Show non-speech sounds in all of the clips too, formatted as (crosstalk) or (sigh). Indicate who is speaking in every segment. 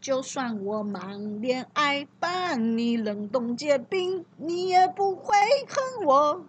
Speaker 1: 就算我忙恋爱，把你冷冻结冰，你也不会恨我。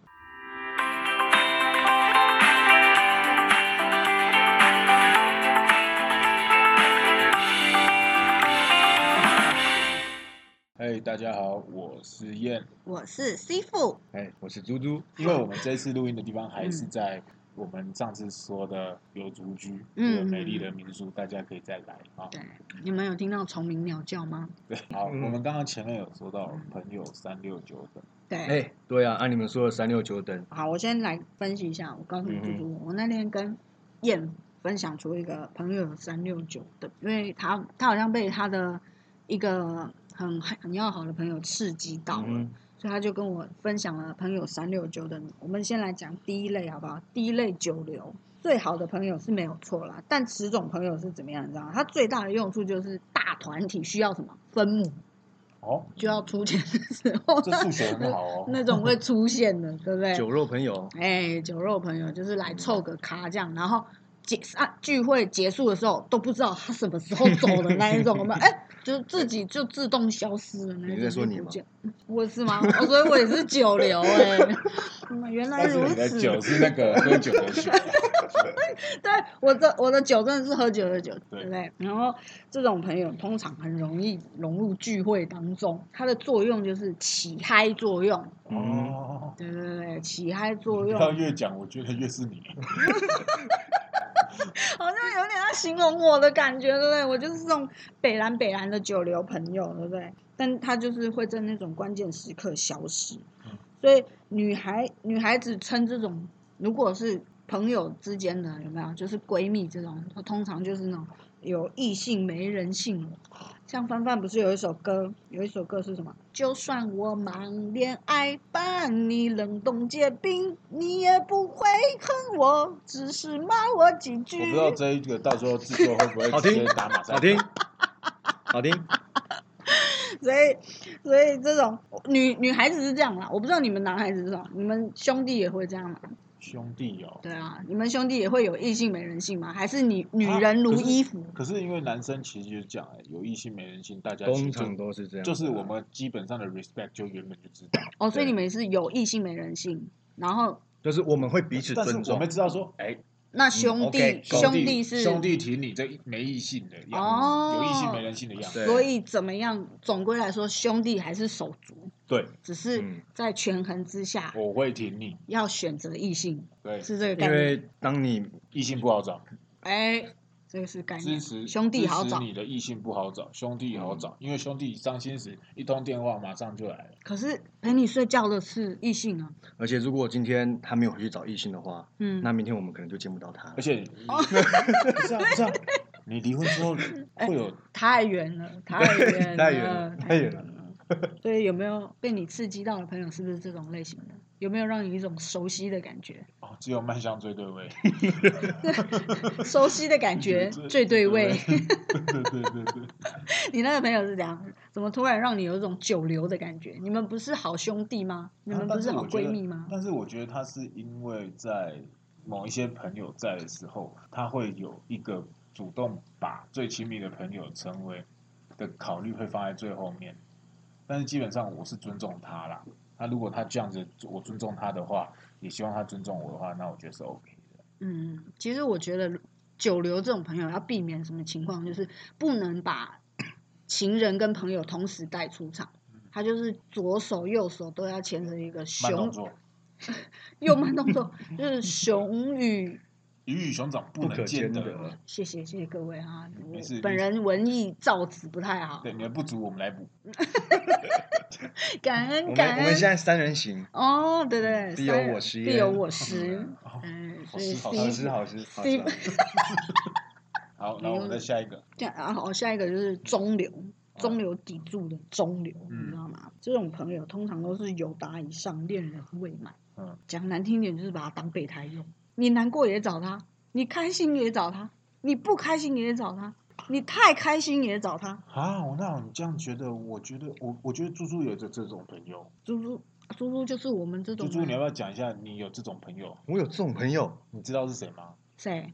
Speaker 2: 嘿、大家好，我是燕，
Speaker 1: 我是 C 父，
Speaker 2: 哎、我是猪猪。 (laughs) 因为我们这次录音的地方还是在我们上次说的有竹居，
Speaker 1: 嗯
Speaker 2: 这个美丽的民宿，大家可以再来啊。
Speaker 1: 对你们有听到虫鸣鸟叫吗？
Speaker 2: 对，好，
Speaker 3: 嗯
Speaker 2: 我们刚刚前面有说到朋友三六九等，
Speaker 1: 对，
Speaker 3: 哎、对啊，按你们说的三六九等，
Speaker 1: 好，我先来分析一下。我告诉你，
Speaker 3: 嗯
Speaker 1: 猪
Speaker 3: 哼
Speaker 1: 猪，我那天跟燕分享出一个朋友三六九的，因为他他好像被他的一个很很要好的朋友刺激到了，
Speaker 3: 嗯
Speaker 1: 所以他就跟我分享了朋友三六九的。我们先来讲第一类好不好？第一类九流，最好的朋友是没有错啦，但此种朋友是怎么样？你知道吗？它最大的用处就是大团体需要什么分母，
Speaker 2: 哦，
Speaker 1: 就要出钱的时候，
Speaker 2: 这数学很好哦。
Speaker 1: (laughs) 那种会出现的，对不对？
Speaker 3: 嗯酒肉朋友，
Speaker 1: 哎，酒肉朋友就是来凑个咖这样，然后结啊聚会结束的时候都不知道他什么时候走的那一种，我们哎就是自己就自动消失了那一种。
Speaker 3: 你在说
Speaker 1: 就
Speaker 3: 你
Speaker 1: 不
Speaker 3: 吗
Speaker 1: 见？我是吗？我所以我也是九
Speaker 3: (laughs)
Speaker 1: 流哎、嗯原来
Speaker 2: 但是
Speaker 1: 如
Speaker 2: 你的
Speaker 1: 此。
Speaker 2: 酒是那个喝酒的酒，
Speaker 1: 对，我的我的酒真的是喝酒的酒，对
Speaker 2: 对
Speaker 1: 不对？然后这种朋友通常很容易融入聚会当中，它的作用就是起嗨作用，
Speaker 3: 嗯
Speaker 2: 哦，
Speaker 1: 对对对，起嗨作
Speaker 2: 不
Speaker 1: 用。
Speaker 2: 要越讲，我觉得越是你。
Speaker 1: 好像有点在形容我的感觉，对不对？我就是这种北蓝北蓝的九流朋友，对不对？但他就是会在那种关键时刻消失
Speaker 2: 嗯，
Speaker 1: 所以女孩女孩子称这种如果是朋友之间的有没有，就是闺蜜这种，通常就是那种有异性没人性了。像范范不是有一首歌，有一首歌是什么？就算我忙恋爱，把你冷冻结冰，你也不会恨我，只是骂我几句。
Speaker 2: 我不知道这一个到时候制作会不会
Speaker 3: 好
Speaker 2: 直
Speaker 3: 听
Speaker 2: 接打马赛克
Speaker 3: 好
Speaker 2: (laughs)
Speaker 3: 听，好听，
Speaker 1: 所以，所以这种女女孩子是这样啦，我不知道你们男孩子是这种，你们兄弟也会这样吗？
Speaker 2: 兄弟哦。
Speaker 1: 对啊，你们兄弟也会有异性没人性吗？还是女女人如衣
Speaker 3: 啊
Speaker 1: 服？
Speaker 2: 可是因为男生其实就是讲、哎，有异性没人性，大家其实
Speaker 3: 通
Speaker 2: 就
Speaker 3: 常都是这样，
Speaker 2: 就是我们基本上的 respect 就原本就知道，
Speaker 1: 哦，所以
Speaker 3: 对
Speaker 1: 你们是有异性没人性，然后
Speaker 3: 就是我们会彼此
Speaker 2: 但
Speaker 3: 尊
Speaker 2: 是我
Speaker 3: 重
Speaker 2: 们，知道说，哎、
Speaker 1: 那兄弟、
Speaker 3: 嗯 OK，
Speaker 1: 兄
Speaker 2: 弟
Speaker 1: 是
Speaker 2: 兄弟挺你这没异性的样子，
Speaker 1: 哦
Speaker 2: 有异性没人性的样子，
Speaker 3: 对
Speaker 1: 所以怎么样？总归来说，兄弟还是手足，
Speaker 2: 对，
Speaker 1: 只是
Speaker 3: 嗯
Speaker 1: 在权衡之下、
Speaker 2: 我会挺你，
Speaker 1: 要选择异性，
Speaker 2: 对，
Speaker 1: 是这个概
Speaker 3: 因
Speaker 1: 念。
Speaker 3: 为当你
Speaker 2: 异性不好找，
Speaker 1: 哎，这个是概
Speaker 2: 支
Speaker 1: 念。
Speaker 2: 持
Speaker 1: 兄弟好
Speaker 2: 支
Speaker 1: 找
Speaker 2: 持，你的异性不好找，兄弟好找，因为兄弟伤心时一通电话马上就来了，
Speaker 1: 可是陪你睡觉的是异性啊。
Speaker 3: 而且如果今天他没有回去找异性的话，
Speaker 1: 嗯，
Speaker 3: 那明天我们可能就见不到他了
Speaker 2: 而。且你不是啊不是啊，你离婚之后会有
Speaker 1: 太远了，太远了，
Speaker 3: 太远了
Speaker 1: 太
Speaker 3: 太远
Speaker 1: 了。所以有没有被你刺激到的朋友，是不是这种类型的？有没有让你一种熟悉的感觉？
Speaker 2: 哦，只有麦香最对味，
Speaker 1: 熟悉的感
Speaker 2: (laughs)
Speaker 1: 觉最对味。 (laughs)
Speaker 2: 对对对对。
Speaker 1: 你那个朋友是怎样？怎么突然让你有一种久留的感觉？你们不是好兄弟吗？你们
Speaker 2: 啊
Speaker 1: 不
Speaker 2: 但
Speaker 1: 是好
Speaker 2: 我觉
Speaker 1: 闺
Speaker 2: 得
Speaker 1: 蜜吗？
Speaker 2: 但是我觉得他是因为在某一些朋友在的时候，他会有一个主动把最亲密的朋友成为的考虑会放在最后面。但是基本上我是尊重他啦，他如果他这样子，我尊重他的话，也希望他尊重我的话，那我觉得是 OK 的。
Speaker 1: 嗯，其实我觉得久留这种朋友要避免什么情况，就是不能把情人跟朋友同时带出场。他就是左手右手都要牵着一个
Speaker 2: 慢
Speaker 1: 熊
Speaker 2: 动作，
Speaker 1: 又慢动作， (laughs) 就是熊与
Speaker 2: 鱼与熊掌不
Speaker 3: 不可
Speaker 2: 能兼
Speaker 3: 兼
Speaker 2: 得。
Speaker 3: 得
Speaker 1: 谢谢谢谢各位啊，
Speaker 2: 没事
Speaker 1: 我本人文艺造词不太好，
Speaker 2: 对，你的不足我们来补。
Speaker 1: 感
Speaker 3: 我
Speaker 1: 恩
Speaker 3: 们
Speaker 1: 感
Speaker 3: 我们现
Speaker 1: 恩。
Speaker 3: 在三人行，
Speaker 1: 哦，对对，
Speaker 3: 必
Speaker 1: 三
Speaker 3: 有我
Speaker 1: 人
Speaker 3: 师
Speaker 1: 必
Speaker 3: 焉
Speaker 1: 有我师。
Speaker 2: 好
Speaker 1: 嗯，
Speaker 2: 好
Speaker 1: 所以
Speaker 2: 吃好
Speaker 1: C
Speaker 3: 好吃好吃好吃
Speaker 1: C
Speaker 3: 好吃，
Speaker 2: 好，然后我
Speaker 1: 嗯
Speaker 2: 们再下一个。
Speaker 1: 这样，然后下一个就是中流，中流砥柱的中流，
Speaker 2: 嗯
Speaker 1: 你知道吗？这种朋友通常都是友达以上，恋人未满。
Speaker 2: 嗯，
Speaker 1: 讲难听点，就是把他当备胎用。你难过也找他，你开心也找他，你不开心也找他，你太开心也找他。
Speaker 2: 啊，我那你这样觉得？我觉得我我觉得猪猪有这这种朋友，
Speaker 1: 猪猪，猪猪就是我们这种啊
Speaker 2: 猪
Speaker 1: 人。
Speaker 2: 猪，你要不要讲一下你有这种朋友？
Speaker 3: 我有这种朋友，
Speaker 2: 你知道是谁吗？
Speaker 1: 谁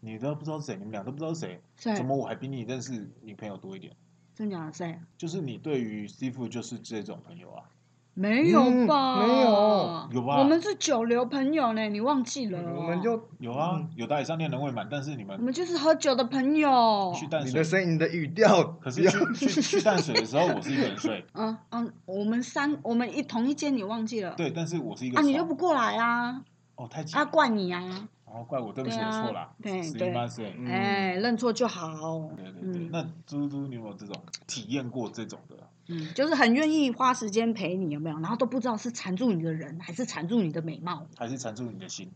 Speaker 2: 你都不知道是谁，你们俩都不知道是谁，
Speaker 1: 谁
Speaker 2: 怎？么我还比你认识你朋友多一点？
Speaker 1: 真假的啊谁？
Speaker 2: 就是你对于 Steve 就是这种朋友啊，
Speaker 1: 没有
Speaker 3: 嗯
Speaker 1: 吧？
Speaker 3: 没有
Speaker 2: 有吧
Speaker 1: 我们是九流朋友呢，你忘记了哦、
Speaker 3: 我们就
Speaker 2: 有啊，
Speaker 3: 嗯
Speaker 2: 有大理商店人未满，但是你
Speaker 1: 我
Speaker 2: 们
Speaker 1: 们哦就是喝酒的朋友。
Speaker 2: 去淡
Speaker 3: 你
Speaker 2: 水
Speaker 3: 的，声音、你的语调，
Speaker 2: 可
Speaker 3: 不
Speaker 2: 是
Speaker 3: 要
Speaker 2: 去去去淡水的时候，我是一个人
Speaker 1: (laughs)
Speaker 2: 睡，
Speaker 1: 嗯嗯，我们三我们一同一间，你忘记了？
Speaker 2: 对，但是我是一个
Speaker 1: 啊，你
Speaker 2: 床
Speaker 1: 就不过来啊？
Speaker 2: 哦太紧
Speaker 1: 啊，，怪你啊！
Speaker 2: 哦怪我，对不起，
Speaker 1: 对
Speaker 2: 我
Speaker 1: 啊
Speaker 2: 错了，
Speaker 1: 对
Speaker 2: 十
Speaker 1: 对
Speaker 2: 一八岁，
Speaker 3: 嗯
Speaker 1: 哎、认错就好。
Speaker 2: 对对对，
Speaker 1: 嗯
Speaker 2: 那猪猪你有没有这种体验过这种的？
Speaker 1: 嗯，就是很愿意花时间陪你，有没有？然后都不知道是缠住你的人，还是缠住你的美貌。
Speaker 2: 还是缠住你的心？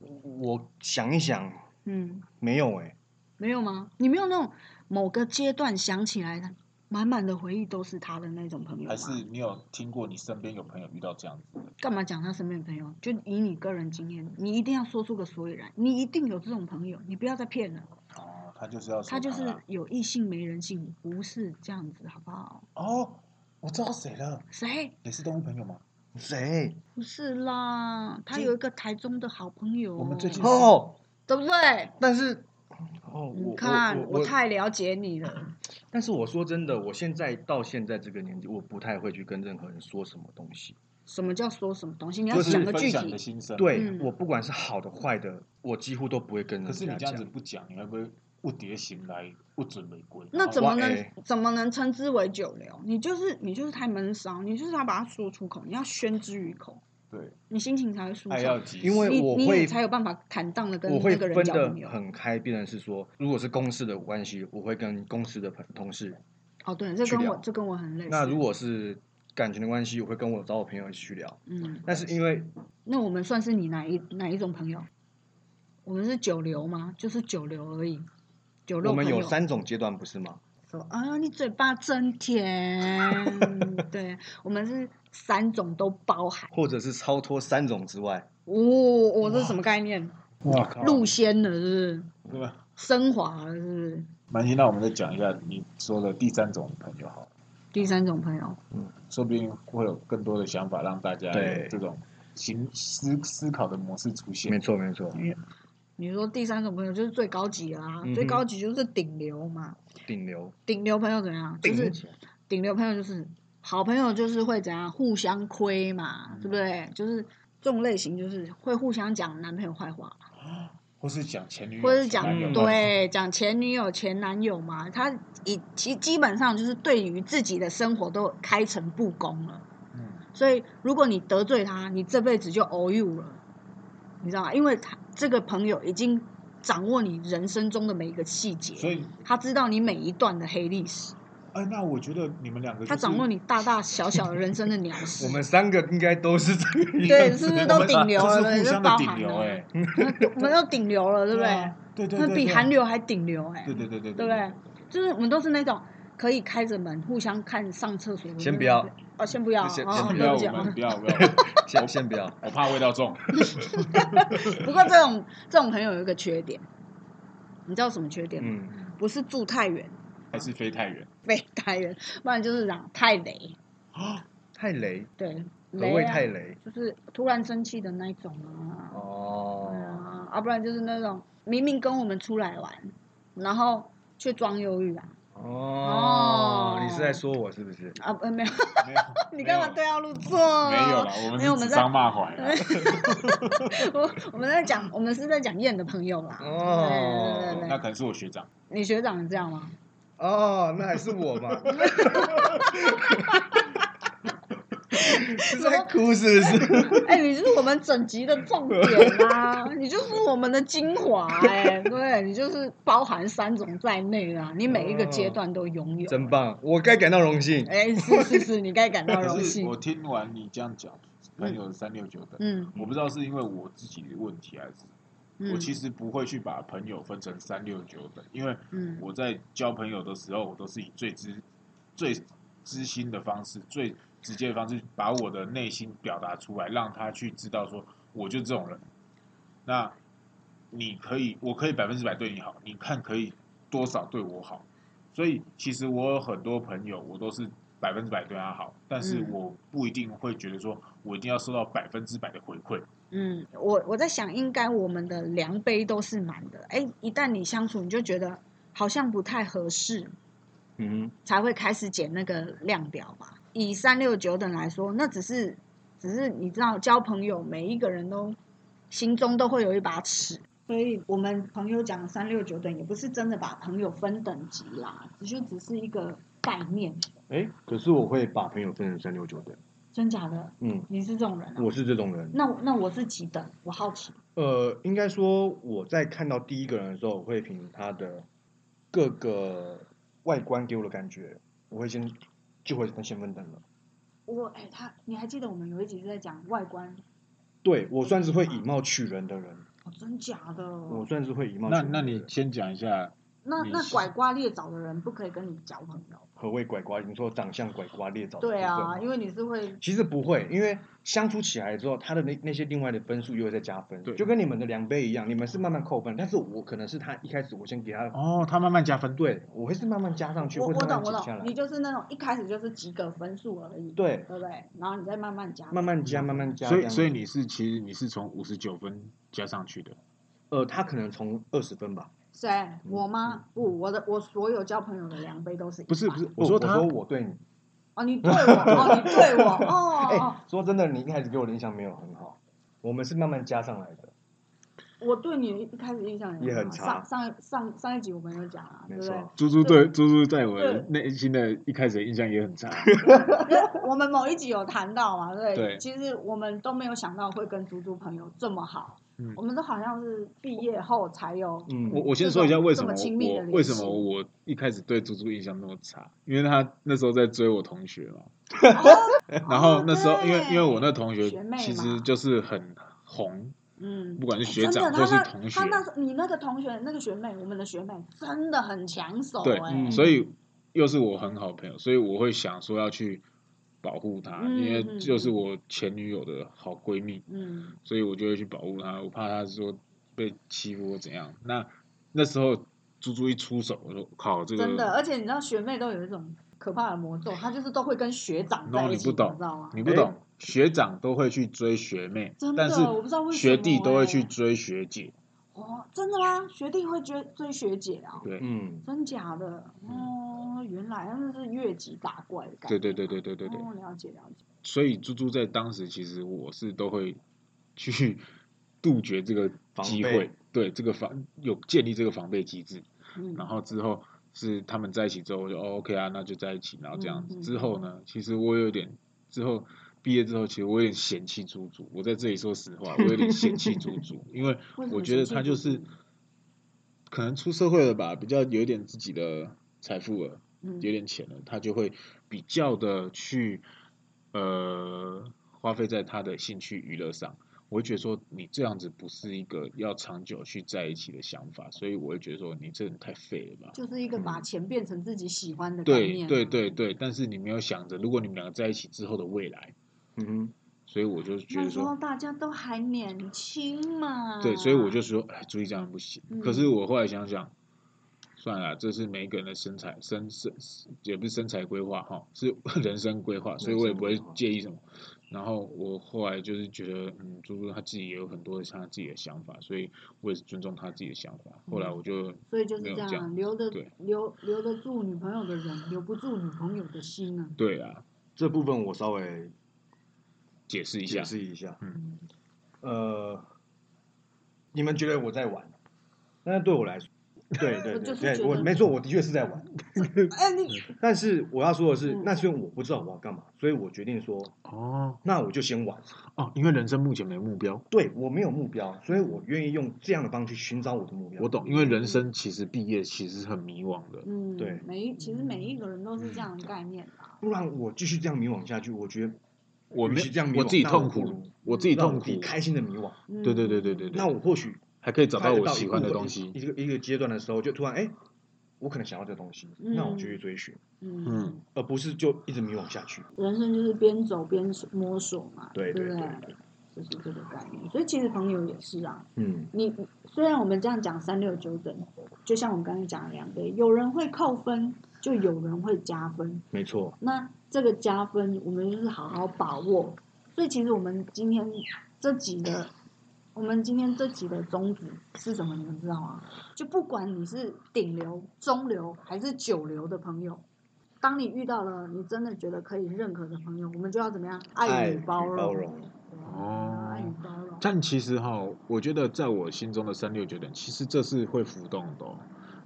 Speaker 3: 我想一想，
Speaker 1: 嗯，
Speaker 3: 没有哎、
Speaker 1: 没有吗？你没有那种某个阶段想起来的，满满的回忆都是他的那种朋友吗？
Speaker 2: 还是你有听过你身边有朋友遇到这样子的？
Speaker 1: 干嘛讲他身边的朋友？就以你个人经验，你一定要说出个所以然。你一定有这种朋友，你不要再骗了。
Speaker 2: 哦，他就是要说啊
Speaker 1: 他就是
Speaker 2: 啦
Speaker 1: 有异性没人性，不是这样子，好不好？
Speaker 2: 哦，我知道谁了，
Speaker 1: 谁？
Speaker 2: 也是动物朋友吗？
Speaker 3: 谁？
Speaker 1: 不是啦，他
Speaker 2: 这
Speaker 1: 有一个台中的好朋友，
Speaker 2: 我们最近是
Speaker 3: 哦，
Speaker 1: 对不对？
Speaker 3: 但是哦，
Speaker 1: 你
Speaker 3: 我
Speaker 1: 看，
Speaker 3: 我我
Speaker 1: 太了解你了。
Speaker 3: 但是我说真的，我现在到现在这个年纪，我不太会去跟任何人说什么东西。
Speaker 1: 什么叫说什么东西？你要
Speaker 2: 就是
Speaker 1: 讲个
Speaker 2: 分
Speaker 1: 具
Speaker 2: 享你的
Speaker 1: 体。
Speaker 2: 心声。，啊
Speaker 3: 对、
Speaker 1: 嗯
Speaker 3: 我不管是好的坏的，我几乎都不会跟人
Speaker 2: 可是你
Speaker 3: 家
Speaker 2: 这样子。
Speaker 3: 讲
Speaker 2: 不讲，你会不会误蝶行来不准玫瑰？
Speaker 1: 那怎么
Speaker 3: 哇
Speaker 1: 能
Speaker 3: 哎
Speaker 1: 怎么能称之为酒流？你就是你就是太闷骚，你就是要把它说出口，你要宣之于口，
Speaker 2: 对，
Speaker 1: 你心情才会舒
Speaker 2: 爱要
Speaker 1: 畅，
Speaker 2: 及时，
Speaker 3: 哎因为
Speaker 1: 你
Speaker 3: 我
Speaker 1: 你
Speaker 3: 会
Speaker 1: 也才有办法坦荡的跟
Speaker 3: 我
Speaker 1: 那
Speaker 3: 会
Speaker 1: 个人
Speaker 3: 分
Speaker 1: 交
Speaker 3: 得
Speaker 1: 朋友。
Speaker 3: 很开，变成是说，如果是公司的关系，我会跟公司的朋同事；
Speaker 1: 哦，对，这
Speaker 3: 去
Speaker 1: 跟我
Speaker 3: 聊
Speaker 1: 这跟我很类似。
Speaker 3: 那如果是感情的关系，我会跟我找我朋友一起去聊。
Speaker 1: 嗯，
Speaker 3: 但是因为
Speaker 1: 那我们算是你哪一哪一种朋友？我们是九流吗？就是九流而已，酒肉
Speaker 3: 我们
Speaker 1: 朋
Speaker 3: 有
Speaker 1: 友
Speaker 3: 三种阶段，不是吗？
Speaker 1: 说啊，你嘴巴真甜。 (laughs) 对，我们是三种都包含。
Speaker 3: 或者是超脱三种之外，
Speaker 1: 哦，我、这是什么概念？
Speaker 2: 哇靠，
Speaker 1: 入仙了是不是？
Speaker 2: 哦对吧？
Speaker 1: 升华了是不是？
Speaker 2: 蛮心，那我们再讲一下你说的第三种朋友好了，
Speaker 1: 第三种朋友，
Speaker 2: 说不定会有更多的想法让大家
Speaker 3: 对
Speaker 2: 有这种行思思考的模式出
Speaker 3: 没
Speaker 2: 现。
Speaker 3: 错没错，
Speaker 1: 你说第三种朋友就是最高级啦、
Speaker 3: 嗯哼
Speaker 1: 最高级就是顶流嘛。
Speaker 3: 顶流
Speaker 1: 顶流朋友怎样？就是
Speaker 3: 顶
Speaker 1: 顶流朋友就是好朋友，就是会怎样互相亏嘛，
Speaker 2: 嗯
Speaker 1: 对不对？就是这种类型，就是会互相讲男朋友坏话，
Speaker 2: 或是讲前女友，
Speaker 1: 或者是
Speaker 2: 前
Speaker 1: 讲
Speaker 2: 男友啊
Speaker 3: 嗯
Speaker 1: 对讲前女友、前男友嘛。他以其基本上就是对于自己的生活都开诚布公了，
Speaker 2: 嗯，
Speaker 1: 所以如果你得罪他，你这辈子就 all you 了，你知道吗？因为他这个朋友已经掌握你人生中的每一个细
Speaker 2: 所
Speaker 1: 节，
Speaker 2: 以
Speaker 1: 他知道你每一段的黑历史。
Speaker 2: 哎，那我觉得 (laughs) 你们两个、就是、
Speaker 1: 他掌握你大大小小的人生的鸟事。
Speaker 3: 我们三个应该都是
Speaker 1: (laughs)
Speaker 3: 这个
Speaker 1: 对
Speaker 3: 样子。
Speaker 1: 是不是
Speaker 2: (laughs)
Speaker 1: 都顶流了
Speaker 2: 我们这是互相的顶
Speaker 1: 这
Speaker 2: 流
Speaker 1: 包含了
Speaker 2: 哎、
Speaker 1: 我们都顶流了，对不对？
Speaker 2: 啊？对对对
Speaker 1: 那
Speaker 2: 对，
Speaker 1: 比韩流还顶流哎、
Speaker 2: 对，对对对
Speaker 1: 对不对？就是我们都是那种可以开着门互相看上厕所的那种。
Speaker 3: 先不要
Speaker 1: 哦，先不要，
Speaker 3: 先
Speaker 1: 哦
Speaker 3: 先
Speaker 1: 哦
Speaker 2: 不
Speaker 1: 对
Speaker 2: 要
Speaker 1: 不起
Speaker 2: 我
Speaker 1: 啊
Speaker 2: 们不要不要，
Speaker 3: 先先不要，
Speaker 2: 我怕味道重。
Speaker 1: 不过这种这种朋友有一个缺点，你知道什么缺点吗？
Speaker 3: 嗯，
Speaker 1: 不是住太远，
Speaker 2: 还是飞太远
Speaker 1: (laughs) 飞太远，不然就是讲太雷，
Speaker 2: 啊？
Speaker 3: 太雷，
Speaker 1: 对，
Speaker 3: 何
Speaker 1: 雷
Speaker 3: 谓
Speaker 1: 啊
Speaker 3: 太雷？
Speaker 1: 就是突然生气的那一种啊。对
Speaker 3: 哦，
Speaker 1: 啊，啊不然就是那种明明跟我们出来玩，然后却装忧郁啊
Speaker 3: 哦，你是在说我是不是？
Speaker 1: 啊呃没有，，
Speaker 2: 没
Speaker 1: (laughs)
Speaker 2: 有
Speaker 1: 你干嘛
Speaker 2: 没有
Speaker 1: 对号入座？
Speaker 2: 没有了，我们
Speaker 1: 没有我们
Speaker 2: 是指
Speaker 1: 在
Speaker 2: 桑骂槐啦。
Speaker 1: (laughs) 我我们在讲，我们是在讲燕的朋友啦。
Speaker 3: 哦
Speaker 1: 对对对
Speaker 2: 那
Speaker 1: 对
Speaker 2: 可能是我学长，
Speaker 1: 对，你学长这样吗？ (laughs)
Speaker 3: 哦，那还是我嘛？ (laughs) 是在哭是
Speaker 1: (laughs)
Speaker 3: 不是？
Speaker 1: 哎、你是我们整集的重点啦、你就是我们的精华哎、对你就是包含三种在内啦，你每一个阶段都拥有。
Speaker 3: 真棒，我该感到荣幸。
Speaker 1: 哎、是是是，你该感到荣
Speaker 2: 可是
Speaker 1: 幸
Speaker 2: 我。听完你这样讲，朋友三六九等，
Speaker 1: 嗯
Speaker 2: 我不知道是因为我自己的问题还是。
Speaker 1: 嗯，
Speaker 2: 我其实不会去把朋友分成三六九等，因为
Speaker 1: 嗯
Speaker 2: 我在交朋友的时候，我都是以最知、最知心的方式、最直接的方式，把我的内心表达出来，让他去知道说，我就这种人。那你可以，我可以百分之百对你好，你看可以多少对我好。所以其实我有很多朋友，我都是百分之百对他好，但是
Speaker 1: 嗯
Speaker 2: 我不一定会觉得说我一定要收到百分之百的回馈。
Speaker 1: 嗯，我我在想，应该我们的量杯都是满的。哎、一旦你相处，你就觉得好像不太合适，
Speaker 3: 嗯
Speaker 1: 才会开始减那个量表嘛。以三六九等来说，那只是只是你知道交朋友，每一个人都心中都会有一把尺，所以我们朋友讲三六九等也不是真的把朋友分等级啦，只是只是一个概念，
Speaker 3: 哼，哎，可是我会把朋友分成三六九等，
Speaker 1: 真假的？
Speaker 3: 嗯，
Speaker 1: 你是这种人啊？
Speaker 3: 我是这种人。
Speaker 1: 那那我是几等？我好奇。
Speaker 3: 呃，应该说我在看到第一个人的时候，我会凭他的各个外观给我的感觉，我会先就会先分等了。
Speaker 1: 我哎、他你还记得我们有一集是在讲外观？
Speaker 3: 对我算是会以貌取人的人，
Speaker 1: 哦，真假的？
Speaker 3: 我算是会以貌取
Speaker 2: 那
Speaker 3: 人的
Speaker 2: 那
Speaker 3: 人。
Speaker 2: 你先讲一下，
Speaker 1: 那
Speaker 2: 你
Speaker 1: 那
Speaker 2: 是
Speaker 1: 拐瓜裂枣的人不可以跟你交朋友。
Speaker 3: 何谓拐瓜？你说长相拐瓜裂哦枣的部分
Speaker 1: 对
Speaker 3: 吗？
Speaker 1: 啊，因为你是会
Speaker 3: 其实不会，因为相处起来之后，他的那那些另外的分数又会再加分，
Speaker 2: 对
Speaker 3: 就跟你们的两倍一样，你们是慢慢扣分，但是我可能是他一开始我先给他，
Speaker 2: 哦，他慢慢加分，
Speaker 3: 对我会是慢慢加上去，
Speaker 1: 我
Speaker 3: 会
Speaker 1: 我
Speaker 3: 慢
Speaker 1: 懂
Speaker 3: 慢
Speaker 1: 我
Speaker 3: 减下
Speaker 1: 懂，
Speaker 3: 来，
Speaker 1: 你就是那种一开始就是及格分数而已，
Speaker 3: 对，
Speaker 1: 对不对？然后你再慢慢加，
Speaker 3: 慢慢加，慢慢加这
Speaker 2: 嗯所
Speaker 3: 样
Speaker 2: 以所以
Speaker 3: 子，
Speaker 2: 你是其实你是从五十九分加上去的，
Speaker 3: 呃，他可能从二十分吧，
Speaker 1: 谁？
Speaker 3: 嗯
Speaker 1: 我吗？不，我的我所有交朋友的量杯都是一
Speaker 2: 不是
Speaker 1: 百
Speaker 2: 不是，
Speaker 3: 我
Speaker 2: 说
Speaker 3: 我
Speaker 2: 他
Speaker 3: 说我对你，
Speaker 1: 哦，你对我哦，你对我哦
Speaker 3: (laughs) 哎、
Speaker 1: 哦，
Speaker 3: 说真的，你一开始给我的印象没有很好，我们是慢慢加上来的，
Speaker 1: 我对你一开始印象
Speaker 3: 也
Speaker 1: 很
Speaker 3: 很
Speaker 1: 好
Speaker 3: 差
Speaker 1: 上上上上一集我们有讲啊，对
Speaker 3: 没
Speaker 1: 不
Speaker 3: 错，
Speaker 1: 对？
Speaker 2: 猪猪对猪猪在我
Speaker 1: 对
Speaker 2: 内心的一开始的印象
Speaker 1: (laughs)
Speaker 2: 也很差，
Speaker 1: 我们某一集有谈到嘛，对，
Speaker 2: 对
Speaker 1: 其实我们都没有想到会跟猪猪朋友这么好，
Speaker 2: 嗯
Speaker 1: 我们都好像是毕业后才有，
Speaker 3: 嗯，
Speaker 2: 我我先
Speaker 1: 这
Speaker 2: 说一下
Speaker 1: 种
Speaker 2: 为
Speaker 1: 这
Speaker 2: 什
Speaker 1: 么
Speaker 2: 么
Speaker 1: 亲密的
Speaker 2: 我
Speaker 1: 联
Speaker 2: 为什么
Speaker 1: 系
Speaker 2: 我一开始对猪猪印象那么差，因为他那时候在追我同学嘛，
Speaker 1: 哦
Speaker 2: (laughs) 然后那时候因为因为我那同学
Speaker 1: 学妹
Speaker 2: 其
Speaker 1: 嘛
Speaker 2: 实就是很红，
Speaker 1: 嗯，
Speaker 2: 不管是
Speaker 1: 哎
Speaker 2: 学
Speaker 1: 真
Speaker 2: 长或
Speaker 1: 的
Speaker 2: 是
Speaker 1: 他那
Speaker 2: 同学
Speaker 1: 他，那时候你那个同学那个学妹，我们的学妹真的很抢手、
Speaker 2: 对
Speaker 1: 哎、
Speaker 3: 嗯
Speaker 2: 所以又是我很好朋友，所以我会想说要去保护她，
Speaker 1: 嗯嗯
Speaker 2: 因为就是
Speaker 1: 嗯
Speaker 2: 我前女友的好闺蜜，
Speaker 1: 嗯，
Speaker 2: 所以我就会去保护她，我怕她说被欺负或怎样。那那时候猪猪一出手，我说靠这个
Speaker 1: 真的，而且你知道学妹都有一种可怕的魔咒，她就是都会跟学长在
Speaker 2: No，
Speaker 1: 一
Speaker 2: 你
Speaker 1: 起，
Speaker 2: 不懂
Speaker 1: 知道吗？
Speaker 2: 你不
Speaker 3: 哎
Speaker 2: 懂，学长都会去追学妹
Speaker 1: 真，
Speaker 2: 但
Speaker 1: 的
Speaker 2: 是
Speaker 1: 我不知道为什
Speaker 2: 学弟
Speaker 1: 么
Speaker 2: 都会
Speaker 1: 哎
Speaker 2: 去追学姐。
Speaker 1: 哦，真的吗？学弟会追追学姐啊？
Speaker 2: 对，
Speaker 3: 嗯，
Speaker 1: 真假的？哦，原来他们是越级打怪的感觉
Speaker 2: 对
Speaker 1: 嘛。
Speaker 2: 对对对对对对。
Speaker 1: 哦，了解了解。
Speaker 2: 所以猪猪在当时其实我是都会去 (laughs) 杜绝这个
Speaker 3: 防
Speaker 2: 机
Speaker 3: 备
Speaker 2: 会，对这个防有建立这个防备机制。
Speaker 1: 嗯，
Speaker 2: 然后之后是他们在一起之后，我就哦 OK 啊，那就在一起，然后这样子。
Speaker 1: 嗯嗯
Speaker 2: 之后呢，其实我有点之后毕业之后，其实我有点嫌弃猪猪。我在这里说实话，我有点嫌弃猪
Speaker 1: (laughs)
Speaker 2: 猪，因为
Speaker 1: 为什
Speaker 2: 我
Speaker 1: 么
Speaker 2: 觉得
Speaker 1: 嫌
Speaker 2: 他
Speaker 1: 弃
Speaker 2: 就
Speaker 1: 猪
Speaker 2: 是
Speaker 1: 猪
Speaker 2: 可能出社会了吧，比较有一点自己的财富了，
Speaker 1: 嗯
Speaker 2: 有点钱了，他就会比较的去呃花费在他的兴趣娱乐上。我会觉得说你这样子不是一个要长久去在一起的想法，所以我会觉得说你这人太废了吧。
Speaker 1: 就是一个把钱变成自己喜欢的概
Speaker 2: 对
Speaker 1: 念、啊
Speaker 2: 对对。对，但是你没有想着，如果你们两个在一起之后的未来，
Speaker 3: 嗯哼，
Speaker 2: 所以我就觉
Speaker 1: 那
Speaker 2: 得
Speaker 1: 时候
Speaker 2: 说，
Speaker 1: 大家都还年轻嘛。
Speaker 2: 对，所以我就说，哎，注意这样不行。可是
Speaker 1: 嗯
Speaker 2: 我后来想想，算了，这是每一个人的身材身身也不是身材规划哈，是人生规划，所以
Speaker 3: 人
Speaker 2: 我也
Speaker 3: 生
Speaker 2: 不会
Speaker 3: 规划
Speaker 2: 介意什么。然后我后来就是觉得，嗯，猪猪他自己也有很多他自己的想法，所以我也是尊重他自己的想法。后来
Speaker 1: 嗯
Speaker 2: 我就
Speaker 1: 所以就是这
Speaker 2: 没有
Speaker 1: 样
Speaker 2: 这
Speaker 1: 啊，
Speaker 2: 样
Speaker 1: 留得
Speaker 2: 对
Speaker 1: 留留得住女朋友的人，留不住女朋友的心啊。
Speaker 2: 对啊，
Speaker 3: 这部分我稍微
Speaker 2: 解释一下
Speaker 3: 解，释一下，
Speaker 1: 嗯
Speaker 3: 呃，你们觉得我在玩，但是对我来
Speaker 1: (laughs)
Speaker 3: 说，对对
Speaker 1: 我
Speaker 3: 对
Speaker 1: 就是
Speaker 3: 对，
Speaker 1: 觉
Speaker 3: 我
Speaker 1: 得
Speaker 3: 没错，我的确是在玩。
Speaker 1: 哎、你
Speaker 3: 但是我要说的是
Speaker 1: 嗯，
Speaker 3: 那是因为我不知道我要干嘛，所以我决定说，
Speaker 2: 哦
Speaker 3: 那我就先玩。
Speaker 2: 哦，因为人生目前没目标。
Speaker 3: 对我没有目标，所以我愿意用这样的方式去寻找我的目标。
Speaker 2: 我懂，因为人生其实毕业其实是很迷惘的。
Speaker 1: 嗯，
Speaker 3: 对
Speaker 1: 每一其实每一个人都是这样的概念啦。
Speaker 3: 不然我继续这样迷惘下去，我觉得
Speaker 2: 我
Speaker 3: 与
Speaker 2: 没
Speaker 3: 其这样迷惘
Speaker 2: 我自己
Speaker 3: 那我
Speaker 2: 痛
Speaker 3: 不
Speaker 2: 苦
Speaker 3: 如，
Speaker 2: 我自己
Speaker 3: 让我
Speaker 2: 痛
Speaker 3: 自己
Speaker 2: 苦，
Speaker 3: 开心的迷惘。
Speaker 1: 嗯
Speaker 2: 对对对对对对
Speaker 3: 那我或许
Speaker 2: 还可以找
Speaker 3: 快
Speaker 2: 到
Speaker 3: 乐
Speaker 2: 我
Speaker 3: 到一
Speaker 2: 喜
Speaker 3: 步
Speaker 2: 欢的
Speaker 3: 的
Speaker 2: 东
Speaker 3: 一
Speaker 2: 西。
Speaker 3: 个一个阶段的时候，就突然哎，我可能想要这个东西，那我就去追寻，
Speaker 1: 嗯
Speaker 2: 嗯，
Speaker 3: 而不是就一直迷惘下去。
Speaker 1: 人生就是边走边摸索嘛，
Speaker 3: 对
Speaker 1: 不
Speaker 3: 对
Speaker 1: 对
Speaker 3: 对
Speaker 1: 就是这个概念。所以其实朋友也是啊，
Speaker 3: 嗯，
Speaker 1: 你虽然我们这样讲三六九等，就像我们刚才讲的两个，有人会扣分，就有人会加分。
Speaker 3: 没错。
Speaker 1: 那这个加分，我们就是好好把握。所以其实我们今天这集的我们今天这集的宗旨是什么？你们知道吗？就不管你是顶流、中流还是九流的朋友，当你遇到了你真的觉得可以认可的朋友，我们就要怎么样？爱
Speaker 3: 与
Speaker 1: 与包容，
Speaker 3: 包容，
Speaker 1: 对啊
Speaker 2: 哦
Speaker 1: 爱与包容。
Speaker 2: 但其实哈，我觉得在我心中的三六九等，其实这是会浮动的、哦。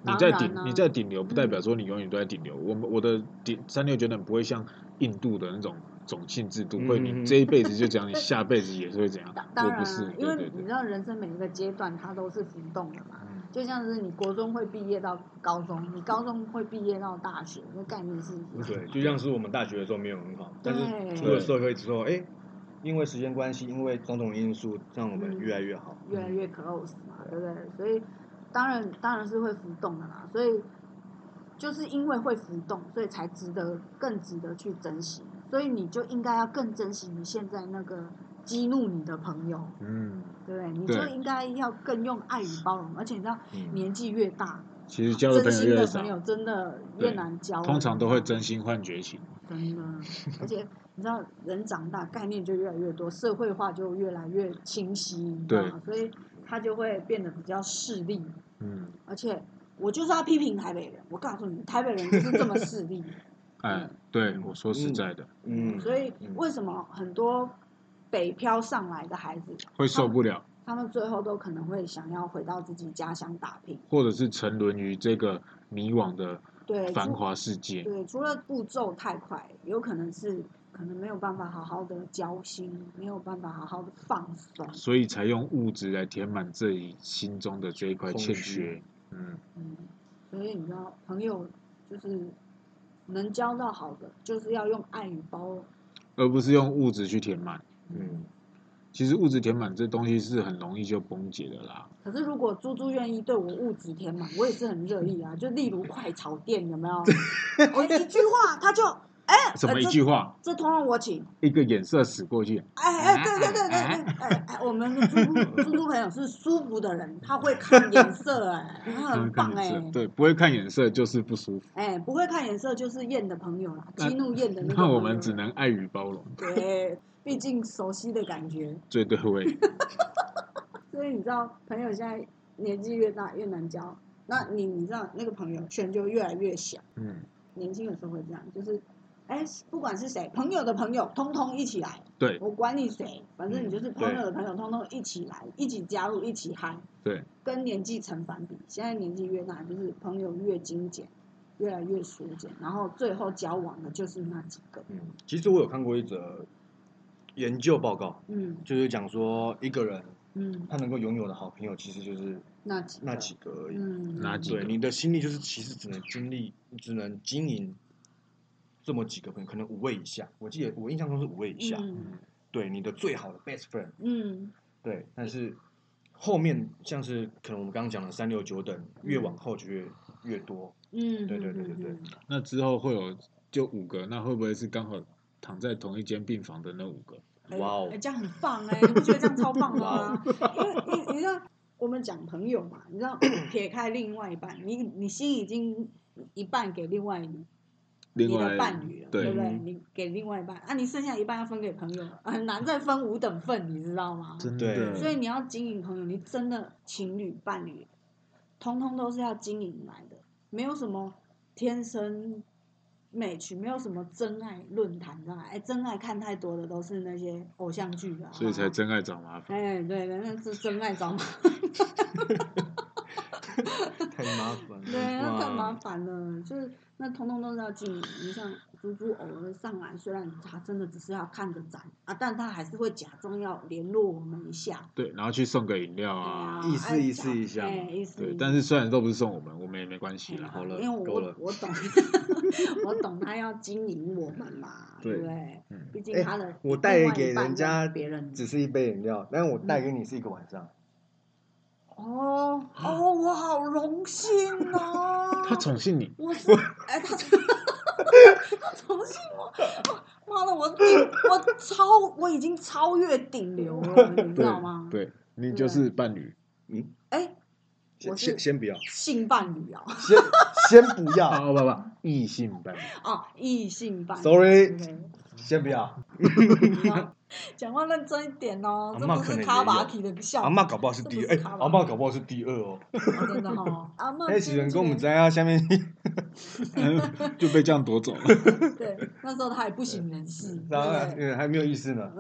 Speaker 2: 你在
Speaker 1: 当然
Speaker 2: 顶
Speaker 1: 啊
Speaker 2: 你在顶流，不代表说你永远都在顶流。我们我的顶三六九等不会像印度的那种种姓制度，
Speaker 3: 嗯
Speaker 2: 会
Speaker 3: 嗯
Speaker 2: 你
Speaker 3: 嗯
Speaker 2: 这一辈子就这样，你下辈子也是会这样
Speaker 1: 当。当
Speaker 2: 我
Speaker 1: 然
Speaker 2: 不是
Speaker 1: 啊，，因
Speaker 2: 对对
Speaker 1: 为你
Speaker 2: 对
Speaker 1: 知。道人生每一个阶段它都是浮动的嘛。
Speaker 2: 嗯
Speaker 1: 就像是你国中会毕业到高中，你高中会毕业到大学，那概念是一样的。
Speaker 3: 对，就像是我们大学的时候没有很好，但
Speaker 1: 对
Speaker 3: 是出了社会之后，哎，因为时间关系，因为种种因素，让我
Speaker 1: 嗯
Speaker 3: 们越来越好。
Speaker 1: 越来越
Speaker 2: 嗯
Speaker 1: close 嘛，对不对？所以当然当然是会浮动的啦，所以就是因为会浮动，所以才值得更值得去珍惜。所以你就应该要更珍惜你现在那个激怒你的朋友，
Speaker 2: 嗯，
Speaker 1: 对不对？你就
Speaker 2: 对
Speaker 1: 应该要更用爱与包容，而且你知道
Speaker 3: 嗯，
Speaker 1: 年纪越大，
Speaker 2: 其实交的
Speaker 1: 真
Speaker 2: 朋友
Speaker 1: 心
Speaker 2: 越来
Speaker 1: 的
Speaker 2: 越
Speaker 1: 朋友啊
Speaker 2: 少，
Speaker 1: 真的越
Speaker 2: 对
Speaker 1: 难交了，
Speaker 2: 通常都会真心换绝情。
Speaker 1: 真的，而且你知道，人长大概念就越来越多，社会化就越来越清晰，你知道吗？所以他就会变得比较势利，
Speaker 2: 嗯，
Speaker 1: 而且我就是要批评台北人，我告诉你，台北人就是这么势 (laughs) 利。
Speaker 2: 哎，对我说实在的，
Speaker 3: 嗯，
Speaker 1: 所以
Speaker 3: 嗯
Speaker 1: 为什么很多北漂上来的孩子
Speaker 2: 会受不了，
Speaker 1: 他们最后都可能会想要回到自己家乡打拼？
Speaker 2: 或者是沉沦于这个迷惘的
Speaker 1: 对，
Speaker 2: 繁
Speaker 1: 除
Speaker 2: 华世界。
Speaker 1: 对，除了步骤太快，有可能是可能没有办法好好的交心，没有办法好好的放松。
Speaker 2: 所以才用物质来填满自己心中的这一块欠缺
Speaker 3: 空虚。
Speaker 2: 嗯，
Speaker 1: 嗯，所以你知道，朋友就是能交到好的，就是要用爱与包容。
Speaker 2: 而不是用物质去填满。
Speaker 3: 嗯，
Speaker 2: 其实物质填满这东西是很容易就崩解的啦。
Speaker 1: 可是如果猪猪愿意对我物质填满，我也是很乐意啊。就例如快炒店有没有？我一句话他就哎，
Speaker 2: 什么
Speaker 1: 呃
Speaker 2: 一
Speaker 1: 这
Speaker 2: 句话，
Speaker 1: 这通通我请。
Speaker 2: 一个眼色使过去，
Speaker 1: 哎哎，对对对对对，哎哎，我们的猪猪猪猪朋友是舒服的人，他会看颜色哎，他很棒
Speaker 2: 看
Speaker 1: 哎、
Speaker 2: 眼色，对，不会看眼色就是不舒服。
Speaker 1: 哎，不会看颜色就是燕的朋友啦，
Speaker 2: 那
Speaker 1: 激怒燕的那个啊
Speaker 2: 那
Speaker 1: 朋
Speaker 2: 我
Speaker 1: 友
Speaker 2: 们只能爱与包容，
Speaker 1: 对，毕竟熟悉的感觉。
Speaker 2: 最对味。
Speaker 1: 所以你知道，朋友现在年纪越大越难交，那你你知道那个朋友圈就越来越小。
Speaker 2: 嗯，
Speaker 1: 年轻的时候会这样，就是，哎，不管是谁，朋友的朋友，通通一起来， (laughs)
Speaker 2: 对
Speaker 1: 我管你谁，反正你就是
Speaker 3: 嗯
Speaker 1: 朋友的朋友，通通一起来，一起加入，一起嗨。
Speaker 2: 对，
Speaker 1: 跟年纪成反比，现在年纪越大，就是朋友越精简，越来越缩减，然后最后交往的就是那几个。
Speaker 3: 嗯，其实我有看过一则研究报告，
Speaker 1: 嗯
Speaker 3: 就是讲说一个人
Speaker 1: 嗯，
Speaker 3: 他能够拥有的好朋友，其实就是
Speaker 1: 那几个
Speaker 3: 那几个而已。
Speaker 1: 嗯
Speaker 2: 哪几个
Speaker 3: 对，你的心力就是其实只能经历，只能经营这么几个朋友，可能五位以下。我记得我印象中是五位以下。
Speaker 1: 嗯
Speaker 2: 嗯
Speaker 3: 对，你的最好的 best friend。
Speaker 1: 嗯
Speaker 3: 对，但是后面像是可能我们刚刚讲的三六九等，越往后就越越多。
Speaker 1: 嗯，
Speaker 3: 对对对对对
Speaker 1: 嗯嗯嗯
Speaker 2: 那之后会有就五个，那会不会是刚好躺在同一间病房的那五个？
Speaker 1: 哎
Speaker 3: 哇哦
Speaker 1: 哎这样很棒哎、你不觉得这样超棒的吗？因为因为你知道，我们讲朋友嘛，你知道撇开另外一半，你你心已经一半给另外你
Speaker 2: 另
Speaker 1: 你
Speaker 2: 外
Speaker 1: 的伴侣了，对
Speaker 2: 对
Speaker 1: 不对？
Speaker 3: 嗯
Speaker 1: 你给另外一半，啊，你剩下一半要分给朋友，很难再分五等份，你知道吗？
Speaker 2: 真
Speaker 3: 对
Speaker 2: 的，
Speaker 1: 所以你要经营朋友，你真的情侣伴侣，通通都是要经营来的，没有什么天生美曲，没有什么真爱论坛，你知道吗？哎，真爱看太多的都是那些偶像剧的，
Speaker 2: 所以
Speaker 1: 好
Speaker 2: 才
Speaker 1: 不好
Speaker 2: 真爱找麻烦。
Speaker 1: 哎，对，那是真爱找麻烦， (laughs)
Speaker 3: 太麻 (laughs) 烦
Speaker 1: 嗯对，那太麻
Speaker 3: 哇，
Speaker 1: 烦了。就是那通通都是要经营。你像猪猪偶尔上来，虽然他真的只是要看个展啊，但他还是会假装要联络我们一下，
Speaker 2: 对，然后去送个饮料
Speaker 1: 哎呀
Speaker 2: 啊，
Speaker 3: 意思
Speaker 1: 哎
Speaker 3: 意思一下
Speaker 1: 哎，意思
Speaker 2: 对
Speaker 1: 意，思
Speaker 2: 但是虽然都不是送我们，我们也没关系
Speaker 1: 哎
Speaker 2: 啦。
Speaker 3: 好了
Speaker 1: 因为
Speaker 3: 够
Speaker 1: 我
Speaker 3: 了
Speaker 1: 我
Speaker 3: (laughs)
Speaker 1: 懂，我懂他要经营我们嘛，
Speaker 2: 对
Speaker 1: 不对？
Speaker 2: 嗯，，
Speaker 1: 毕竟他的
Speaker 3: 哎我
Speaker 1: 另
Speaker 3: 带
Speaker 1: 外
Speaker 3: 给
Speaker 1: 一半
Speaker 3: 人家
Speaker 1: 是别人
Speaker 3: 只是一杯饮料，但我带给你是一个晚上。
Speaker 1: 哦哦，我好荣幸哦
Speaker 3: (laughs)
Speaker 2: 他宠幸你，
Speaker 1: 我是哎，他他重新我，我妈的，我顶我超我已经超越顶流了，你知道吗？
Speaker 2: 对你就是伴侣，
Speaker 1: 哎、
Speaker 3: 先
Speaker 1: 我是
Speaker 3: 先先不要，
Speaker 1: 性伴侣啊，
Speaker 3: 先先 (laughs) 不要
Speaker 2: 哦不不，异性
Speaker 1: (laughs)
Speaker 2: 伴侣，
Speaker 1: 哦，异性伴侣。
Speaker 3: ，sorry，
Speaker 1: OK
Speaker 3: 先不要。
Speaker 1: 啊讲话认真一点哦，
Speaker 3: 阿
Speaker 1: 这
Speaker 3: 嬷
Speaker 1: 不
Speaker 3: 可
Speaker 1: 是
Speaker 3: 能
Speaker 1: 卡
Speaker 3: 也
Speaker 1: 巴
Speaker 3: 有
Speaker 1: 提的笑
Speaker 3: 阿
Speaker 1: 话。
Speaker 3: 妈搞不好是第
Speaker 1: 这
Speaker 3: 哎
Speaker 1: 不是他，吧
Speaker 3: 阿妈搞不好是第二哦。
Speaker 1: 哦真的哦，阿
Speaker 3: (laughs)
Speaker 1: 嬷
Speaker 3: 哎，
Speaker 1: 今
Speaker 3: 只能跟我们
Speaker 1: 天
Speaker 3: 在啊下面，
Speaker 2: 就被这样夺走了。 (laughs)
Speaker 1: 对，那时候他也不省人事，对不
Speaker 3: 然后还
Speaker 1: 对
Speaker 3: 嗯还没有意思呢。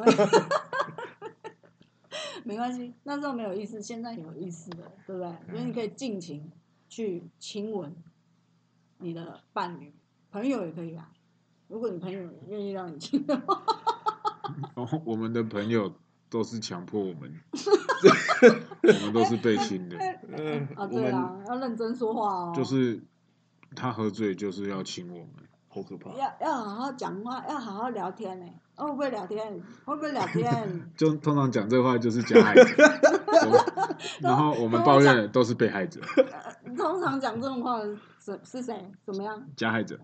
Speaker 1: (laughs) 没关系，那时候没有意思，现在有意思了，对不对？
Speaker 3: 嗯
Speaker 1: 所以你可以尽情去亲吻你的伴侣，朋友也可以啊。如果你朋友愿意让你亲的话，
Speaker 2: 哦我我们的朋友都是强迫
Speaker 1: (laughs)
Speaker 2: 我们，我们都是被亲的，
Speaker 3: 嗯，
Speaker 1: 啊，
Speaker 3: 我
Speaker 1: 对
Speaker 3: 们
Speaker 1: 啦，要认真说话哦。
Speaker 2: 就是他喝醉就是要亲我们。
Speaker 3: 好可怕。
Speaker 1: 要要好好讲话，要好好聊天呢、哦会不会聊天？会不会聊
Speaker 3: (laughs)
Speaker 1: 天？
Speaker 2: 就通常讲这话就是加害者，
Speaker 1: (laughs)
Speaker 2: 我然后我们抱怨的都是被害者，
Speaker 1: 通常讲这种话的是是谁？怎么样？
Speaker 2: 加害者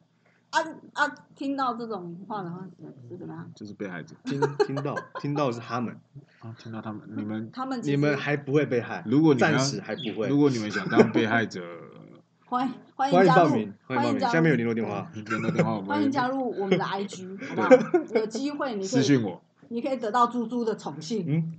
Speaker 1: 啊啊！听到这种话的话是是怎么样？
Speaker 2: 就是被害者。
Speaker 3: 听听到听到是他们，
Speaker 2: 啊，听到他们，你们
Speaker 1: 他们 (laughs) 其
Speaker 3: 你们
Speaker 1: 实
Speaker 3: 还不会被害，
Speaker 2: 如果你们
Speaker 3: 暂
Speaker 2: 要
Speaker 3: 时还不会
Speaker 2: 如。果你们想当被害者，
Speaker 1: 欢迎欢
Speaker 3: 欢迎
Speaker 1: 加
Speaker 3: 报
Speaker 1: 入，
Speaker 3: 名，欢迎报
Speaker 1: 迎
Speaker 3: 名，
Speaker 1: 加入，嗯
Speaker 3: 下面有联络电话。
Speaker 2: 联
Speaker 1: (laughs)
Speaker 2: 络电话我们
Speaker 1: 欢迎加
Speaker 2: 会
Speaker 1: 入我们的
Speaker 3: (laughs)
Speaker 1: IG，好不好？有机会你可
Speaker 2: 私讯
Speaker 1: 以
Speaker 2: 我，
Speaker 1: 你可以得到猪猪的宠幸。
Speaker 3: 嗯，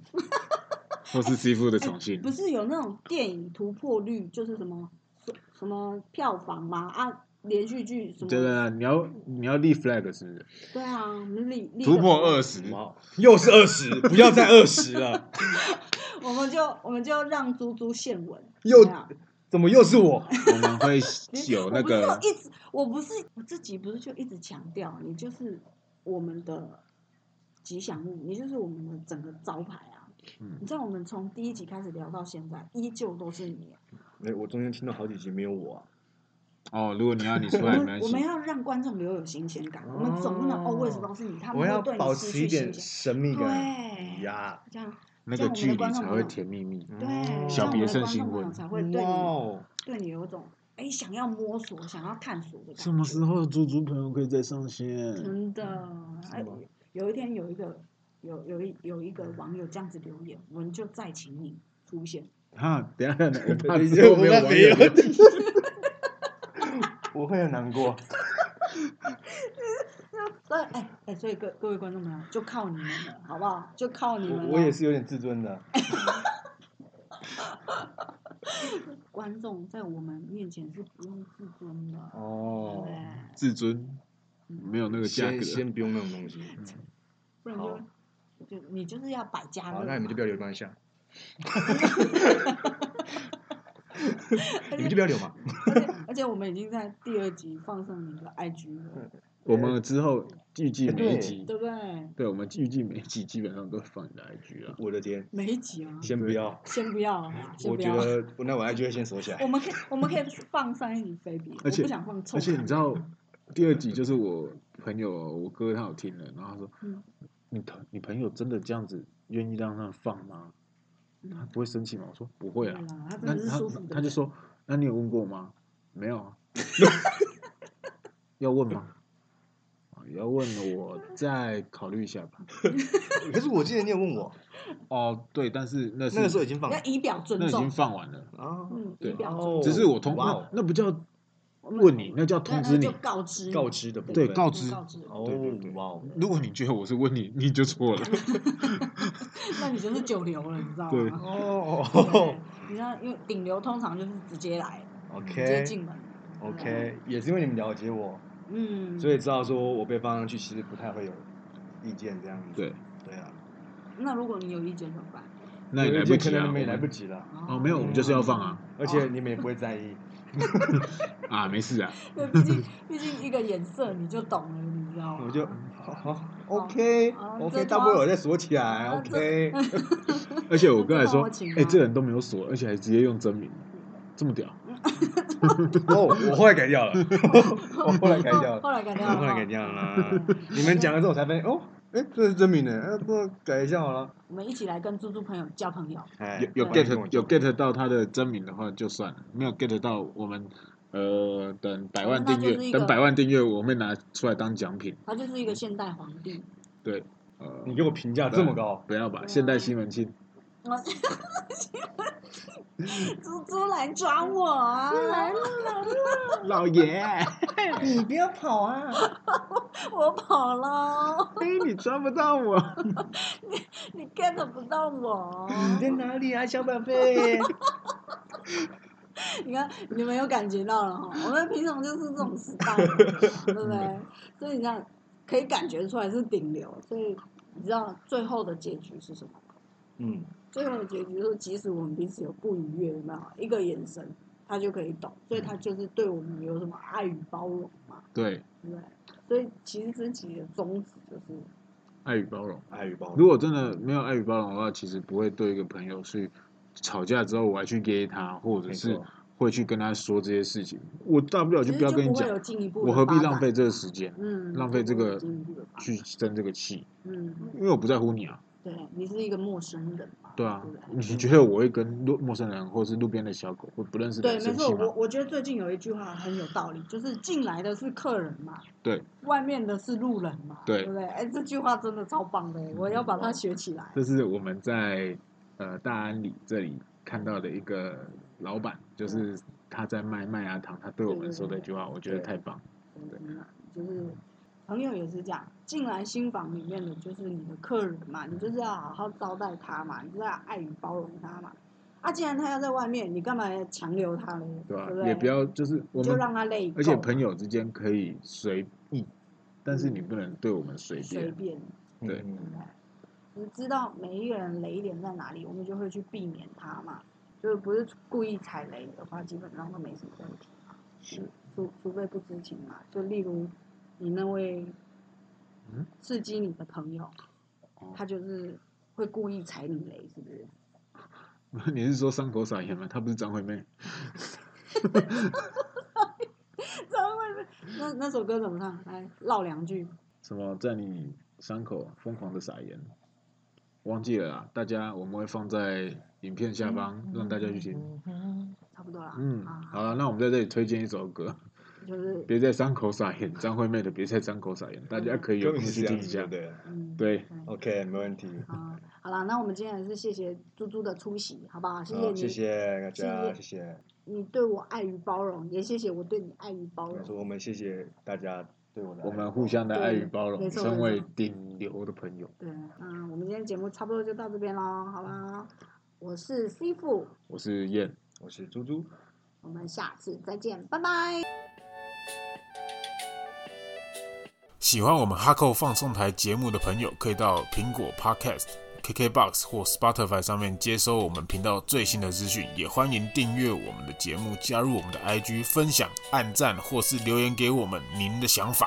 Speaker 2: 或
Speaker 1: (laughs)
Speaker 2: 是师傅的宠幸
Speaker 1: 哎不。是有那种电影突破率，就是什么什什么票房嘛啊，连续剧什么
Speaker 2: 对对对，你要你要立 flag 是不是？
Speaker 1: 对啊，我们立立
Speaker 2: 突
Speaker 1: 个
Speaker 2: 破
Speaker 1: 什么
Speaker 2: 二十，
Speaker 3: 好，又是
Speaker 2: (laughs)
Speaker 3: 二十，不要再二十了，
Speaker 1: 我们就我们就让猪猪献吻，
Speaker 3: 又
Speaker 1: 怎么样
Speaker 3: 怎么又是我？
Speaker 2: 我们会有那
Speaker 1: (laughs) 我
Speaker 2: 个
Speaker 1: 不是有一直，我不是我自己不是就一直强调，你就是我们的吉祥物，你就是我们的整个招牌啊！
Speaker 2: 嗯
Speaker 1: 你知道我们从第一集开始聊到现在，依旧都是你啊。
Speaker 3: 没，我中间听到好几集没有我啊。
Speaker 2: 哦。如果你要你出
Speaker 1: 我
Speaker 2: 来，没
Speaker 1: 们
Speaker 2: 关
Speaker 1: 我们
Speaker 2: 系。
Speaker 1: 要让观众留有新鲜感，我们总不能
Speaker 3: 哦
Speaker 1: always 都是你，他们
Speaker 3: 我
Speaker 1: 会
Speaker 3: 要
Speaker 1: 对
Speaker 3: 保
Speaker 1: 你失
Speaker 3: 持一
Speaker 1: 去新
Speaker 3: 点
Speaker 1: 鲜。
Speaker 3: 神秘感
Speaker 1: 对，
Speaker 3: 呀。
Speaker 1: 这样
Speaker 2: 那
Speaker 1: 这
Speaker 2: 个
Speaker 1: 样我们的
Speaker 2: 距离
Speaker 1: 观众
Speaker 2: 才
Speaker 1: 朋
Speaker 2: 会
Speaker 1: 友
Speaker 2: 甜蜜蜜。
Speaker 1: 对，
Speaker 3: 哦
Speaker 1: 这样
Speaker 2: 小
Speaker 1: 我
Speaker 2: 别
Speaker 1: 们的
Speaker 2: 胜
Speaker 1: 观
Speaker 2: 新
Speaker 1: 众朋友
Speaker 2: 婚
Speaker 1: 才会对
Speaker 3: 哇
Speaker 1: 你
Speaker 3: 哦，
Speaker 1: 对你有一种哎想要摸索、想要探索的感觉。
Speaker 2: 什么时候猪猪朋友可以再上线？
Speaker 1: 真的，哎
Speaker 3: 吗，
Speaker 1: 有一天有一个有有一有一个网友这样子留言，我们就再请你出现。
Speaker 2: 哈，等一下，我怕
Speaker 3: 你
Speaker 2: 之后没有
Speaker 3: 我怕
Speaker 2: (laughs) 网
Speaker 3: 没
Speaker 2: 友
Speaker 3: 有。我会很难过。
Speaker 1: 对，哎哎，所以各各位观众朋友，就靠你们了，好不好？就靠你
Speaker 3: 我
Speaker 1: 们了。
Speaker 3: 我也是有点自尊的。
Speaker 1: 观众，在我们面前是不用自尊的，对
Speaker 3: 哦
Speaker 1: 不，对？
Speaker 2: 至尊没有那个价格
Speaker 3: 先，先不用那种东西。
Speaker 1: 不然
Speaker 3: 好
Speaker 1: 就就你就是要百家乐
Speaker 3: 好，
Speaker 1: 嘛。
Speaker 3: 那你们
Speaker 1: (laughs)
Speaker 3: 就不要留关下，你们就不要留嘛。
Speaker 1: 而且 (laughs) 而且我们已经在第二集放上你的 IG
Speaker 2: (laughs)
Speaker 1: 了，
Speaker 2: 我们之后预计每一集，
Speaker 1: 对不对？
Speaker 2: 对，我们预计每一集基本上都放你的 IG 啊。
Speaker 3: 我的天，
Speaker 1: 每一集啊，
Speaker 3: 先不要，
Speaker 1: 先不要啊，先
Speaker 3: 我
Speaker 1: 不
Speaker 3: 觉
Speaker 1: 要。
Speaker 3: 得我那我 IG 会先锁起来
Speaker 1: 我。们可以，我们可以放上一集飞碟，我
Speaker 2: 而且
Speaker 1: 不想放臭
Speaker 2: 而且
Speaker 1: 屁。
Speaker 2: 你知道，第二集就是我朋友，哦我哥他有听了，然后他说
Speaker 1: 嗯：“
Speaker 2: 你朋你朋友真的这样子愿意让他放吗？他
Speaker 1: 嗯
Speaker 2: 不会生气吗？”我说：“不会啊。
Speaker 1: 啦，嗯他真
Speaker 2: 那”
Speaker 1: 的是
Speaker 2: 他
Speaker 1: 舒服的。
Speaker 2: 他就，说：“那你有问过吗？”没有
Speaker 1: (laughs)
Speaker 2: 啊。要问吗？啊要问我再考虑一下吧。
Speaker 3: 可是我记得你有问我，
Speaker 2: 哦，对，但是那是
Speaker 3: 那个时候已经放了
Speaker 1: 要以表尊
Speaker 2: 那已
Speaker 1: 重
Speaker 2: 经，放完了，
Speaker 3: 啊，
Speaker 1: 嗯，以
Speaker 2: 对
Speaker 1: 表
Speaker 3: 哦
Speaker 1: 尊
Speaker 2: 只
Speaker 1: 重。
Speaker 2: 是我通
Speaker 3: 哇哦
Speaker 2: 那那不叫问你，那叫
Speaker 1: 那
Speaker 2: 通
Speaker 1: 那
Speaker 2: 知你
Speaker 1: 就，告知你，
Speaker 3: 告知的部分
Speaker 2: 对，告知。
Speaker 1: 告知。
Speaker 3: 哦
Speaker 2: 对对对，
Speaker 3: 哇哦，
Speaker 2: 如果你觉得我是问你，你就
Speaker 1: (laughs)
Speaker 2: 错了。
Speaker 1: 那你就是九流了，你知道
Speaker 2: 对
Speaker 1: 吗？对
Speaker 3: 哦
Speaker 1: 你知道，因为顶流通常就是直接来，
Speaker 3: 嗯
Speaker 1: 直接
Speaker 3: ，OK
Speaker 1: 进门。
Speaker 3: OK，也是因为你们了解我，
Speaker 1: 嗯，
Speaker 3: 所以知道说我被放上去其实不太会有意见这样子。
Speaker 2: 对，
Speaker 3: 对啊，
Speaker 1: 那如果你有意见怎么办？
Speaker 2: 那也
Speaker 3: 有
Speaker 2: 来
Speaker 3: 意
Speaker 2: 不
Speaker 3: 见可
Speaker 2: 及
Speaker 3: 能
Speaker 2: 啊，
Speaker 3: 你们也
Speaker 2: 我
Speaker 3: 来不
Speaker 2: 们
Speaker 3: 及了，
Speaker 2: 哦，没有，我们就是要放啊
Speaker 3: 而且你们也不会在意。
Speaker 2: 啊，没事啊，
Speaker 1: (laughs) 对，毕竟毕竟一个眼色你就懂了，你知道吗？(laughs)
Speaker 3: 我就好 OK
Speaker 1: 好这
Speaker 3: OK，
Speaker 1: 就
Speaker 3: 大不了我再锁起来
Speaker 1: 啊
Speaker 3: OK。
Speaker 2: 而且我哥还
Speaker 1: 这帮 (laughs)
Speaker 2: 说
Speaker 1: 我请，
Speaker 2: 哎，
Speaker 1: 吗
Speaker 2: 这人都没有锁，而且还直接用真名，这么屌，
Speaker 3: (laughs) 哦，我后来改 (laughs) 掉了，我后来改掉
Speaker 1: 后
Speaker 3: 了，
Speaker 1: 后来改掉
Speaker 3: 我
Speaker 1: 了，嗯
Speaker 3: 后来
Speaker 1: 哈。
Speaker 3: 改掉了。你们讲了之后我才发现，哦，哎，这是真名呢，哎，不改一下好了。
Speaker 1: 我们一起来跟猪猪朋友交朋友。
Speaker 3: 哎
Speaker 2: 有有
Speaker 3: 欢迎跟我
Speaker 2: get 有 get 到他的真名的话就算了，没有 get 到我们。呃，等百万订
Speaker 1: 那就是
Speaker 2: 阅，
Speaker 1: 一个
Speaker 2: 等百万订阅，我会拿出来当奖品。
Speaker 1: 他就是一个现代皇帝。
Speaker 3: (laughs)
Speaker 2: 对，呃，
Speaker 1: 啊
Speaker 3: 你给我评价这么高，
Speaker 2: 不要吧，
Speaker 1: 对啊
Speaker 2: 现代西门庆，
Speaker 1: 啊猪猪来抓我啊！
Speaker 3: 老爷， (laughs)
Speaker 4: 你不要跑啊！
Speaker 1: 我跑了，
Speaker 3: 嘿，你抓不到我，
Speaker 1: 你 get 不到我。
Speaker 4: 你在哪里啊，小宝贝？
Speaker 1: 你看，你们有感觉到了哈？我们平常就是这种时代，对不对？
Speaker 2: 嗯
Speaker 1: 所以你看，可以感觉出来是顶流。所以你知道最后的结局是什么？
Speaker 3: 嗯，
Speaker 1: 最后的结局就是，即使我们彼此有不愉悦，有没有？一个眼神，他就可以懂，所以他就是对我们有什么爱与包容嘛，
Speaker 2: 对，
Speaker 1: 对不对？所以其实这集的宗旨就是，
Speaker 2: 爱与包容。
Speaker 3: 爱与包容
Speaker 2: 如。果真的没有爱与包容的话，其实不会对一个朋友去吵架之后我还去 gay 他，或者
Speaker 3: 没
Speaker 2: 是
Speaker 3: 错
Speaker 2: 会去跟他说这些事情。我大不了
Speaker 1: 其
Speaker 2: 就
Speaker 1: 实
Speaker 2: 不要跟你
Speaker 1: 不会
Speaker 2: 讲，
Speaker 1: 有进一步的
Speaker 2: 我何必
Speaker 1: 发展
Speaker 2: 浪费？这个时间，
Speaker 1: 嗯，
Speaker 2: 浪费这
Speaker 1: 就不会有
Speaker 2: 个
Speaker 1: 进一步的发展
Speaker 2: 去生这个气？
Speaker 1: 嗯，
Speaker 2: 因为我不在乎你啊，
Speaker 1: 对你是一个陌生人嘛，
Speaker 2: 对啊
Speaker 1: 不，对
Speaker 2: 你觉得我会跟路陌生人或是路边的小狗或不认识的
Speaker 1: 对，
Speaker 2: 人
Speaker 1: 没
Speaker 2: 生
Speaker 1: 错，
Speaker 2: 气
Speaker 1: 我
Speaker 2: 吗？
Speaker 1: 我觉得最近有一句话很有道理，就是进来的是客人嘛，
Speaker 2: 对，
Speaker 1: 外面的是路人嘛，
Speaker 2: 对嗯
Speaker 1: 不对？哎，这句话真的超棒的，我要把它学起来。
Speaker 2: 这是我们在呃大安里这里看到的一个老板，
Speaker 1: 嗯
Speaker 2: 就是他在卖麦芽糖，他对我们说的一句话，我觉得太棒。对
Speaker 1: 嗯就是朋友也是这样，进来新房里面的就是你的客人嘛，你就是要好好招待他嘛，你就是要爱与包容他嘛。啊，既然他要在外面，你干嘛要强留他呢？
Speaker 2: 对吧
Speaker 1: 不？对？
Speaker 2: 也不要就是我
Speaker 1: 你就
Speaker 2: 们，
Speaker 1: 让他累够嘛，
Speaker 2: 而且朋友之间可以随意，但是你不能对我们随
Speaker 1: 随
Speaker 2: 便。
Speaker 1: 便，
Speaker 2: 对
Speaker 1: 对不对？你知道每一个人雷点在哪里，我们就会去避免他嘛。就是不是故意踩雷的话，基本上都没什么问题嘛。
Speaker 2: 是，
Speaker 1: 除除非不知情嘛。就例如你那位
Speaker 2: 嗯
Speaker 1: 刺激你的朋友，
Speaker 2: 哦
Speaker 1: 他就是会故意踩你雷，是不是？ (laughs)
Speaker 2: 你是说伤口撒盐吗？她不是张惠妹，
Speaker 1: 张惠妹那那首歌怎么唱？来唠两句。
Speaker 2: 什么在你伤口疯狂的撒盐，忘记了啊啦。大家我们会放在影片下方， (laughs)
Speaker 1: 嗯
Speaker 2: 让大家去听。
Speaker 1: 差不多啦，
Speaker 2: 嗯，好
Speaker 1: 啊，
Speaker 2: 了，那我们在这里推荐一首歌。
Speaker 1: 就是
Speaker 2: 别在伤口撒盐，张惠妹的《别在伤口撒盐》，大家可以有
Speaker 3: 根
Speaker 2: 空
Speaker 3: 本
Speaker 2: 去
Speaker 3: 是 (laughs) 这
Speaker 2: 听
Speaker 3: 样
Speaker 2: 一
Speaker 3: 子
Speaker 2: 下
Speaker 3: 就。啊对了。
Speaker 1: 嗯，
Speaker 2: 对，
Speaker 3: OK，没问题。
Speaker 1: 啊，好啦，那我们今天还是谢谢猪猪的出席，好不好？谢谢
Speaker 3: 好，
Speaker 1: 你，
Speaker 3: 谢谢大
Speaker 1: 谢
Speaker 3: 家，谢谢。
Speaker 1: 你对我爱与包容，也谢谢我对你爱与包
Speaker 3: 我说
Speaker 1: 容。
Speaker 3: 我们谢谢大家对我的爱，
Speaker 2: 我们互相的爱与包
Speaker 1: 对
Speaker 2: 容，
Speaker 1: 没错
Speaker 2: 身为
Speaker 1: 没错
Speaker 2: 顶流的朋友，
Speaker 1: 对，嗯，我们今天节目差不多就到这边喽，好啦，我是 C 父，
Speaker 2: 我是燕。
Speaker 3: 我是猪猪。
Speaker 1: 我们下次再见，拜拜。
Speaker 5: 喜欢我们哈扣放送台节目的朋友，可以到苹果 Podcast、KKBox 或 Spotify 上面接收我们频道最新的资讯。也欢迎订阅我们的节目，加入我们的 IG，分享、按赞或是留言给我们您的想法。